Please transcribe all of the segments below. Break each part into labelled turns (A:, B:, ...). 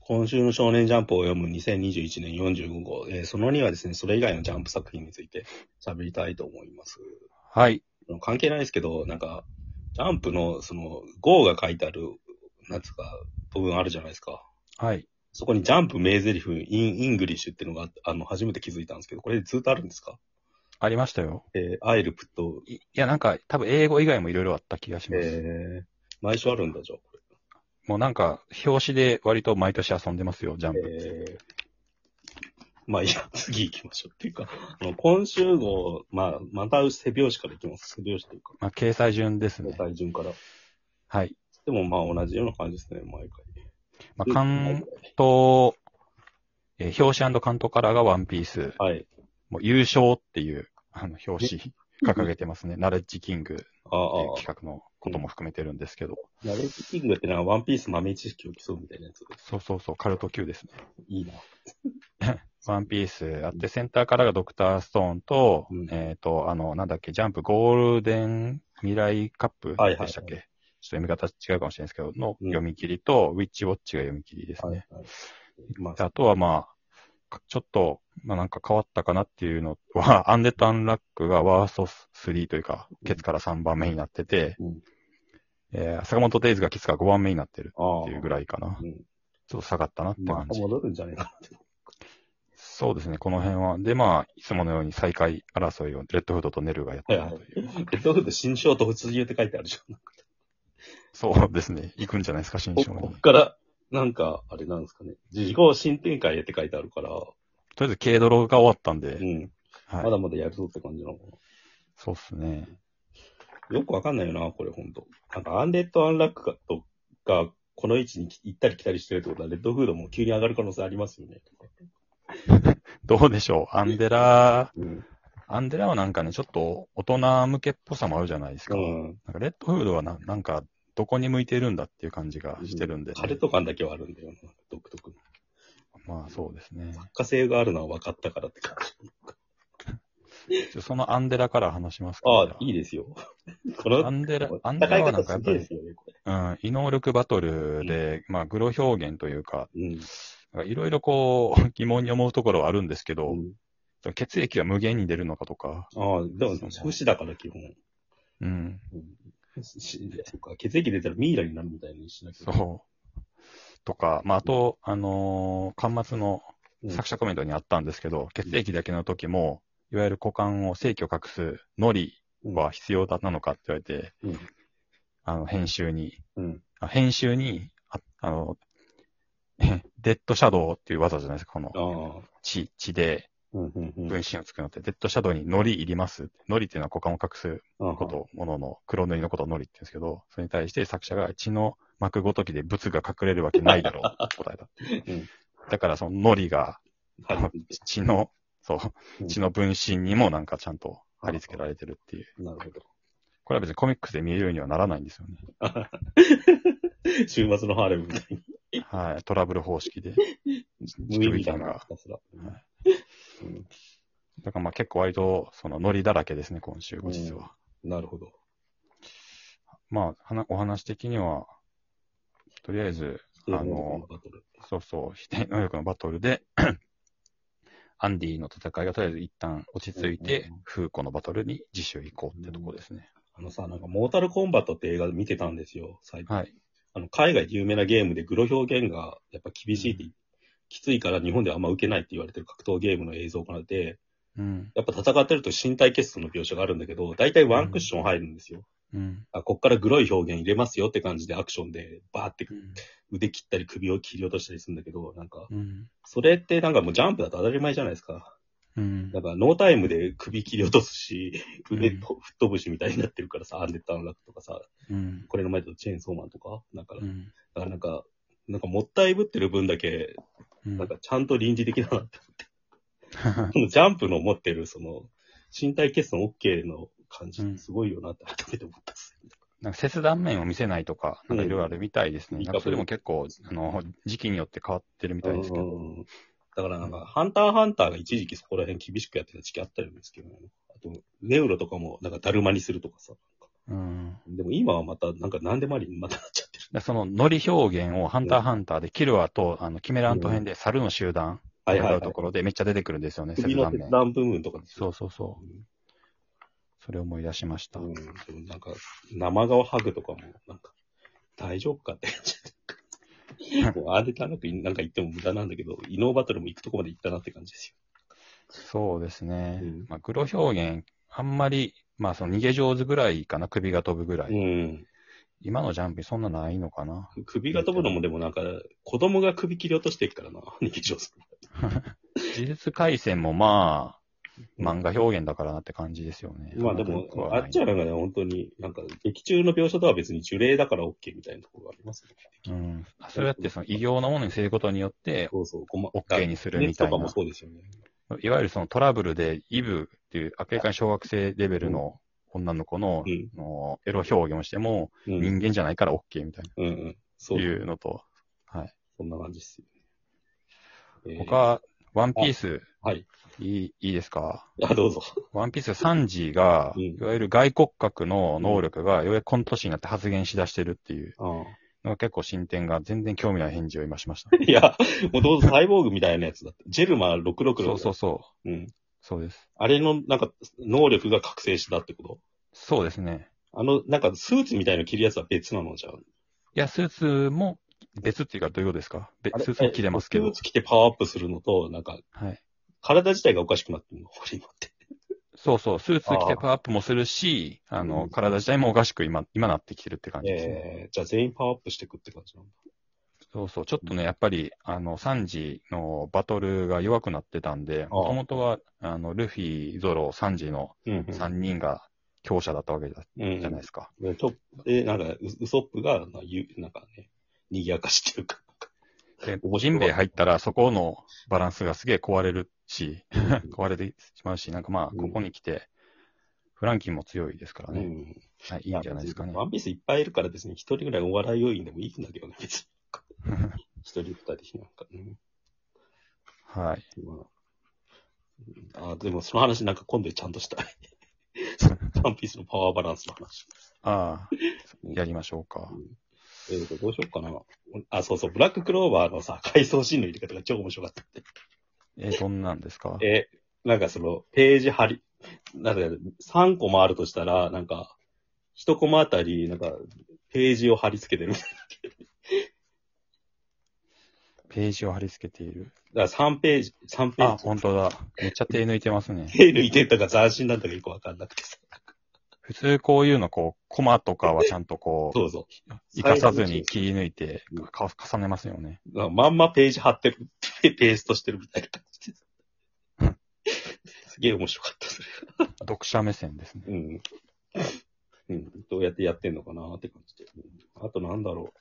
A: 今週の少年ジャンプを読む2021年45号、えーその2はですね、それ以外のジャンプ作品について喋りたいと思います。
B: はい。
A: 関係ないですけど、なんか、ジャンプの、その、号が書いてある、なんつうか、部分あるじゃないですか。
B: はい。
A: そこにジャンプ名台詞 in English っていうのがあって、あの、初めて気づいたんですけど、これずっとあるんですか
B: ありましたよ。
A: えー、アイルプット、
B: いいや、なんか、多分英語以外もいろいろあった気がします。
A: えー、毎週あるんだ、じゃあ、こ
B: もうなんか、表紙で割と毎年遊んでますよ、ジャン
A: れ。
B: プ。
A: えー、まあいいや、次行きましょう。っていうか、あの今週号、まあ、また背表紙から行きます。背表紙というか、
B: まあ、掲載順ですね。
A: 大順から。
B: はい。
A: でもまあ同じような感じですね、毎回。
B: まあ、関東、えー表紙関東カラーがワンピース。
A: はい。
B: もう優勝っていう、あの、表紙掲げてますね。ナレッジキングって
A: ああ、
B: いう企画のことも含めてるんですけど。
A: ナレッジキングってのはワンピース豆知識を競うみたいなやつ。
B: そうそうそう、カルト級ですね。
A: いいな。
B: ワンピースあって、センターからがドクターストーンと、
A: うん
B: えっ、と、あの、なんだっけ、ジャンプゴールデン未来カップ
A: はいはい
B: でしたっけ、ちょっと読み方違うかもしれないですけど、の
A: うん
B: 読み切りと、ウィッチウォッチが読み切りです
A: はい
B: ね。
A: はい。まあ、
B: あとはまあ、かちょっと、まあなんか変わったかなっていうのは、ア ンデッド・アンラックがワースト3というか、ケツから3番目になってて、
A: うん
B: えー坂本デイズがケツから5番目になってる
A: ああ
B: っていうぐらいかな。
A: うん。
B: ちょっと下がったなって
A: ま
B: 感
A: た
B: じ。
A: 戻るんじゃないかなって。
B: そうですね、この辺は。で、まあ、いつものように最下位争いをレッドフードとネルがやってるという。
A: レッドフード新章と通流って書いてあるじゃん。
B: そうですね、行くんじゃないですか、新
A: こ
B: 章に。と
A: こ
B: り
A: っから、なんか、あれなんですかね。事後新展開へって書いてあるから、
B: あえず、軽ドロが終わったん
A: う
B: で、
A: ん。ま
B: はい。
A: だまだやるぞって感じなのか
B: そうっすね。
A: な。よくわかんないよな、これほんと。なんか、アンデッド・アンラックが、とがこの位置に行ったり来たりしてるってことは、レッドフードも急に上がる可能性ありますよね。
B: どうでしょう、アンデラ、
A: うん。
B: アンデラはなんかね、ちょっと大人向けっぽさもあるじゃないですか。
A: うん。
B: なんか、レッドフードはななんか、どこに向いてるんだっていう感じがしてるんで、
A: カルト感だけはあるんだよな、独特の。
B: まあ、そうですね。
A: 可性があるのは分かったからって感じ。
B: ちょそのアンデラから話しますか。
A: ああ、いいですよ。こ
B: ア
A: の、
B: ンデラ、アンデ
A: 戦
B: ラ
A: い
B: はなん
A: 方
B: かや
A: す
B: っ
A: げ
B: ぱ
A: えで
B: り
A: す、よね、こ
B: うん、異能力バトルで、まあ、グロ表現というか、
A: れ。うん。
B: いろいろこう、 疑問に思うところはあるんですけど、
A: うん
B: その血液が無限に出るのかとか、
A: ああ、でも、不死だから基本。
B: うん、
A: しそっか血液出たらミイラになるみたいにしなきゃ。
B: そう。とか、まあ、あと、あのー、端末の
A: うん
B: 作者コメントにあったんですけど、血液だけの時も、いわゆる股間を正規を隠すノリ
A: うん
B: は必要だなのかって言われて、
A: うん
B: あの、編集に、
A: うん。
B: あ編集に、ああの、 デッドシャドウっていう技じゃないですか、この
A: ああ。
B: 血、血で、
A: うん、うん、うん。
B: 分身を作るのって、デッドシャドウにノリいります。ノリっていうのは股間を隠す
A: こ
B: こ。と、ものの、黒塗りのことをノリって言うんですけど、それに対して作者が血の膜ごときで物が隠れるわけないだろう って答えた。
A: うん。
B: だからそのノリが
A: は
B: 血の、そうう、
A: ん
B: 血の分身にもなんかちゃんと貼り付けられてるっていう。
A: い。なるほど。
B: これは別にコミックスで見えるようにはならないんですよね。
A: 週末のハーレムみたいに。
B: はい。トラブル方式で。
A: 無意味だな、ひたすら。うん
B: だからまあ結構割と、そのノリだらけですね、今週、後日は。
A: なるほど。
B: まあはな、お話的には、とりあえず、あの
A: バトル、
B: そうそう、非定能力のバトルで、 アンディの戦いがとりあえず一旦落ち着い
A: うん
B: て
A: うんうん、
B: フーコのバトルに次週行こうってとこですね。
A: あのさ、なんか、モータルコンバットって映画見てたんですよ、最近。
B: はい。
A: あの、海外で有名なゲームでグロ表現がやっぱ厳しいって、
B: う
A: きついから日本ではあんま受けないって言われてる格闘ゲームの映像があって、
B: うん。
A: やっぱ戦ってると身体欠損の描写があるんだけど、大体ワンクッション入るんですよ。
B: うん。
A: あこっからグロい表現入れますよって感じでアクションでバーって腕切ったり首を切り落としたりするんだけど、なんか、
B: うん。
A: それってなんかもうジャンプだと当たり前じゃないですか。
B: うん
A: だ。からノータイムで首切り落とすし、腕
B: うん
A: と、吹っ飛ぶしみたいになってるからさ、アンデッドアンラックとかさ、
B: うん。
A: これの前だとチェーンソーマンとか、なんか、
B: うん。
A: だからなんか、なんかもったいぶってる分だけ、
B: うん
A: なんかちゃんと臨時的だなって。このジャンプの持ってる、その、身体欠損 OK の感じってすごいよなって改めて思ったっす。
B: なんか切断面を見せないとか、なんかいろいろあるみたいです
A: うん
B: ね。なんかそれも結構、あの、時期によって変わってるみたいですけど。
A: うんだからなんか、ハンターハンターが一時期そこら辺厳しくやってた時期あったんですけど、ね、あと、ネウロとかも、なんか、だるまにするとかさ。
B: うん。
A: でも今はまた、なんか何でもありにまたなっちゃってる
B: でそのノリ表現をハンターハンターで、キルアとあのキメラント編で猿の集団、
A: はいは
B: 戦
A: いうは
B: と
A: い。
B: ころでめっちゃ出てくるんですよね、
A: 首
B: 切
A: の
B: 断
A: 切
B: 面。
A: 断部分とかです
B: そ
A: よ
B: うそうそう。
A: うん
B: それを思い出しました。
A: うん、でもなんか、生顔ハグとかも、なんか、大丈夫かって。 もうあれだなく、なんか言っても無駄なんだけど、異能バトルも行くとこまで行ったなって感じです
B: そうですね。
A: うん
B: まあ、グロ表現、あんまり、まあ、その逃げ上手ぐらいかな、首が飛ぶぐらい。
A: よ。うん。
B: 今のジャンピそんなないのかな。
A: 首が飛ぶのもでもなんか、子供が首切り落としていくからな、逃げ上手。
B: 呪術廻戦もまあ、
A: うん
B: 漫画表現だからなって感じですよね。
A: まあで
B: そんな
A: も
B: くは、
A: あ
B: ない
A: っちはなんかね、本当に、なんか、劇中の描写とは別に呪霊だから OK みたいなところがありますよね。
B: うん。あそうやって、その異様なものにすることによって、
A: そうそう、ごま、
B: OK にするみ
A: 熱
B: た
A: と
B: い
A: か
B: な
A: も。そうですよね。
B: いわゆるそのトラブルで、イブっていう、明らかに小学生レベルの女の子の、
A: うん。
B: あのエロ表現をしても、
A: うん。
B: 人間じゃないから OK みたいな、
A: うんうん。そう、
B: いうのと、はい。
A: そんな感じですよね。えー、
B: 他、ワンピース、
A: はい。
B: いい、いいですか
A: あ、どうぞ。
B: ワンピース3時が、
A: うん
B: いわゆる外骨格の能力が、ようやくこの年になって発言しだしてるっていう
A: あ
B: のが結構進展が、全然興味ない返事を今しました。
A: いや、もうどうぞサイボーグみたいなやつだって。ジェルマ666。
B: そうそうそう。
A: う。うん。
B: そうです。
A: あれの、なんか、能力が覚醒したってこと
B: そうですね。
A: あの、なんか、スーツみたいなの着るやつは別なのじゃん。
B: いや、スーツも別っていうか、どういうことですかべ
A: あれ
B: スーツも着れますけ
A: ス
B: ど
A: ー。ツ着てパワーアップするのと、なんか、
B: はい。
A: 体自体がおかしくなってるの、俺今って。
B: そうそう。スーツ着
A: あ
B: て
A: あ
B: パワーアップもするし、あ
A: う
B: の、
A: ん
B: 体自体もおかしく今、今なってきてるって感じですね。
A: えー、じゃあ全員パワーアップしてくって感じなんだ。
B: そうそう、ちょっとね、やっぱり、あの、サンジのバトルが弱くなってたんで、もともとは、あの、ルフィ、ゾロ、サンジの
A: うん、
B: 3人が強者だったわけじゃ
A: うん。
B: じゃないですか。
A: で、ちょ、で、なんか、ウウソップが、なゆなんかね、賑やかしっていうか、面白
B: で
A: かっ、た
B: ジンベエ入ったら、そこのバランスがすげえ壊れるし、
A: ん
B: 壊れてしまうし、なんかまあ、
A: う
B: こ
A: ん
B: こに来て、フランキンも強いですからね。
A: ん。
B: はい、いいんじゃないですかね。
A: ワンピースいっぱいいるからですね、一人ぐらいお笑い要員でもいいんだけどね、別に。一人二人なんかね。
B: はい。
A: まあ、あでもその話なんか今度ちゃんとしたい。 そのワンピースのパワーバランスの話。
B: ああ、やりましょうか。
A: えーと、どうしようかな。あ、そうそう、ブラッククローバーのさ、回想シーンの入れ方が超面白かったって。
B: え、どんなんですか
A: えー、なんかその、ページ貼り、なんか3コマあるとしたら、なんか、1コマあたり、なんか、ページを貼り付けてる。
B: ページを貼り付けている。
A: だから3ページ、3ペ
B: あ
A: ー、ジ。
B: 本当だ。めっちゃ手抜いてますね。
A: 手 抜いてたか斬新なんだかよくわかんなくてさ。
B: 普通こういうのこう、コマとかはちゃんとこう、
A: そうそ
B: 生かさずに切り抜いて、か重ねますよね。
A: う。なんかまんまページ貼ってる、 ペペーストしてるみたいな感じです。すげえ面白かった、それ。
B: 読者目線ですね。
A: うん。うん、どうやってやってんのかなって感じで。うんあとなんだろう。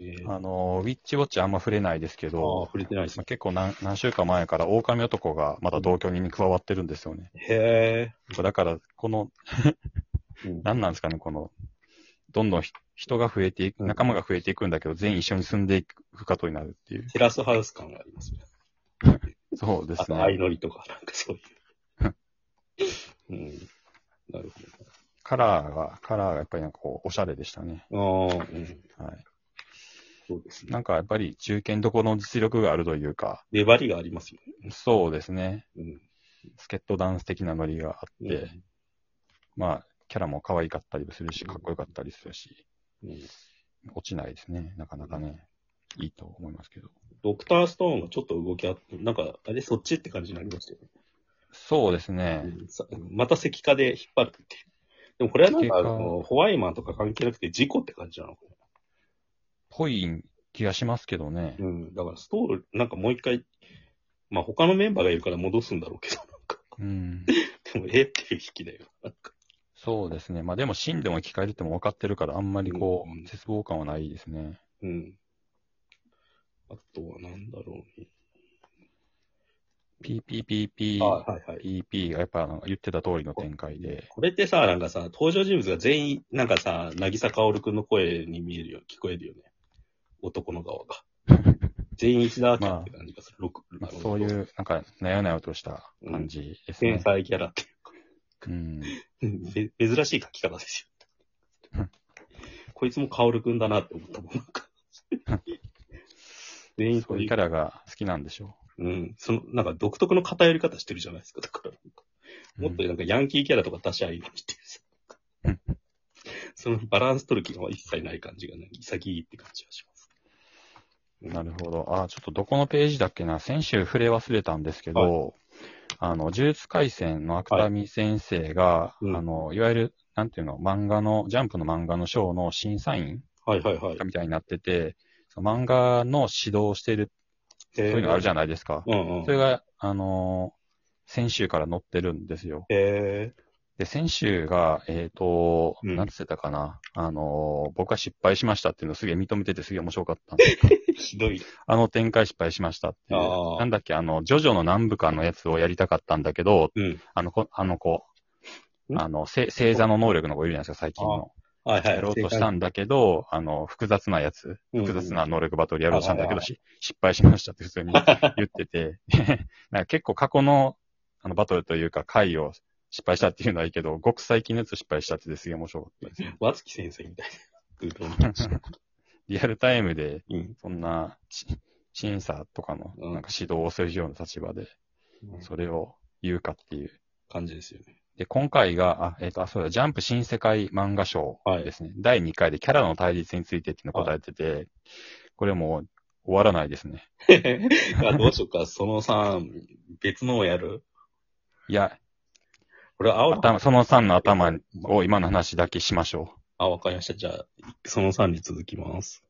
A: えー、あ
B: あの、ウィッチウォッチあんま触れないですけ
A: あー、
B: ど、
A: 触れてないです
B: まあ
A: ね。
B: 結構何何週間前から狼男がまた同居人に加わってるんですよね。
A: へ
B: だから、この、
A: え。うん
B: 何なんですかね、この、どんどんひ人が増えていく、
A: うん
B: 仲間が増えていくんだけど、全員一緒に住んでいくことになるっていう。
A: テラスハウス感がありますね。
B: そうで
A: あ
B: す
A: と、相
B: ね。
A: 乗りとか、なんかそう いう。うん。なる
B: カラーが、カラーがやっぱりなんかこう、おしゃれでしたね。
A: ほど。ああ、うん。
B: はい。
A: そうですね。
B: なんかやっぱり中堅どころの実力があるというか、
A: 粘りがありますよ
B: そうですね。
A: ね。うん。
B: スケットダンス的なノリがあって、まあ、キャラも可愛かったりもするし、かっこよかったりするし、
A: うん
B: 落ちないですね。なかなかね、いいと思いますけど。
A: ドクターストーンがちょっと動きあって、なんか、あれ、そっちって感じになりましたよね。
B: そうですね。
A: うんさまた石化で引っ張るっていう。でもこれはなんか、あ
B: 石化
A: のホワイマンとか関係なくて事故って感じなのか
B: ぽい気がしますけどね。
A: な。うん。だからストール、なんかもう一回、まあ他のメンバーがいるから戻すんだろうけど、なんか、
B: うん。
A: でもえっていう引きだよ。なんか
B: そうですね。まあでも、死んでも生き返るっても分かってるから、あんまりこ
A: うん
B: う、絶望感はないですね。
A: うん。あとはなんだろうね。
B: PPPP、
A: あ、はいはい。
B: PP がやっぱなんか言ってた通りの展開で、
A: これってさ、なんかさ、登場人物が全員、なんかさ、渚薫くんの声に見えるよ、聞こえるよね。男の側が。全員石田明って感じがする。六
B: まあ、そうい。
A: あの
B: う、なんか、なよなよとした感じですね。
A: 天才キャラって
B: うん。
A: いうか、べ珍しい書き方ですよ。ここいつもカオルくんだなって思ったもん。なんか全員
B: そ
A: そうう
B: い
A: いうう
B: キャラが好きなんでしょ
A: うん。その、なんか独特の偏り方してるじゃないですか。だからなんか、
B: う。
A: もっとなんかヤンキーキャラとか出しゃいいのにっていう さ
B: うん。
A: そのバランス取る気が一切ない感じが、ね、潔いって感じがします。
B: うんなるほど。あ、ちょっとどこのページだっけな。先週触れ忘れたんですけど、
A: は
B: あの、呪術廻戦の芥見先生が、
A: いうん
B: あの、いわゆる、なんていうの、漫画の、ジャンプの漫画の賞の審査員
A: はいはいはい。
B: みたいになってて、その漫画の指導をしてる、
A: そう
B: そういうのあるじ
A: ゃん。
B: ゃないですか。
A: うんうん。
B: それが、あのー先週から載ってるんですよ。
A: え
B: で、先週が、えっ、と、
A: うん
B: なんつってたかな。あのー僕は失敗しましたっていうのをすげえ認めててすげえ面白かったんで。
A: ー、ひどい。
B: あの展開失敗しましたってい
A: あ
B: う。
A: ー
B: なんだっけ、あの、ジョジョの南部間のやつをやりたかったんだけど、
A: うん。
B: あの子、あの子、
A: ん
B: あの、せ星座の能力の子いるじゃないですか、最近の。
A: はいはい。
B: やろうとしたんだけど、あの、複雑なやつ、
A: うんうん
B: 複雑な能力バトルやろうとしたんだ
A: はい
B: けど、
A: はい
B: し失敗しましたって普 通に言ってて、 なんか結構過去のあのバトルというか回を失敗したっていうのはいいけど、ごく最近のやつ失敗したってすげえ面白かったですね。
A: 和月先生みたいな。
B: リアルタイムで、
A: うん。
B: そんなし審査とかの
A: うん
B: なんか指導をするような立場で、それを言うかっていう。
A: 感じですよね。
B: で、今回が、あ、えっ、と、あ、そうだ、ジャンプ新世界漫画賞
A: はい
B: ですね。第2回でキャラの対立についてっていうのを答えてて、これもう終わらないですね。
A: あどうしようか、その3、別のをやる
B: いや、
A: 俺、青の、
B: 頭、その3の頭を今の話だけしましょう。
A: あ、わかりました。じゃあ、その3に続きます。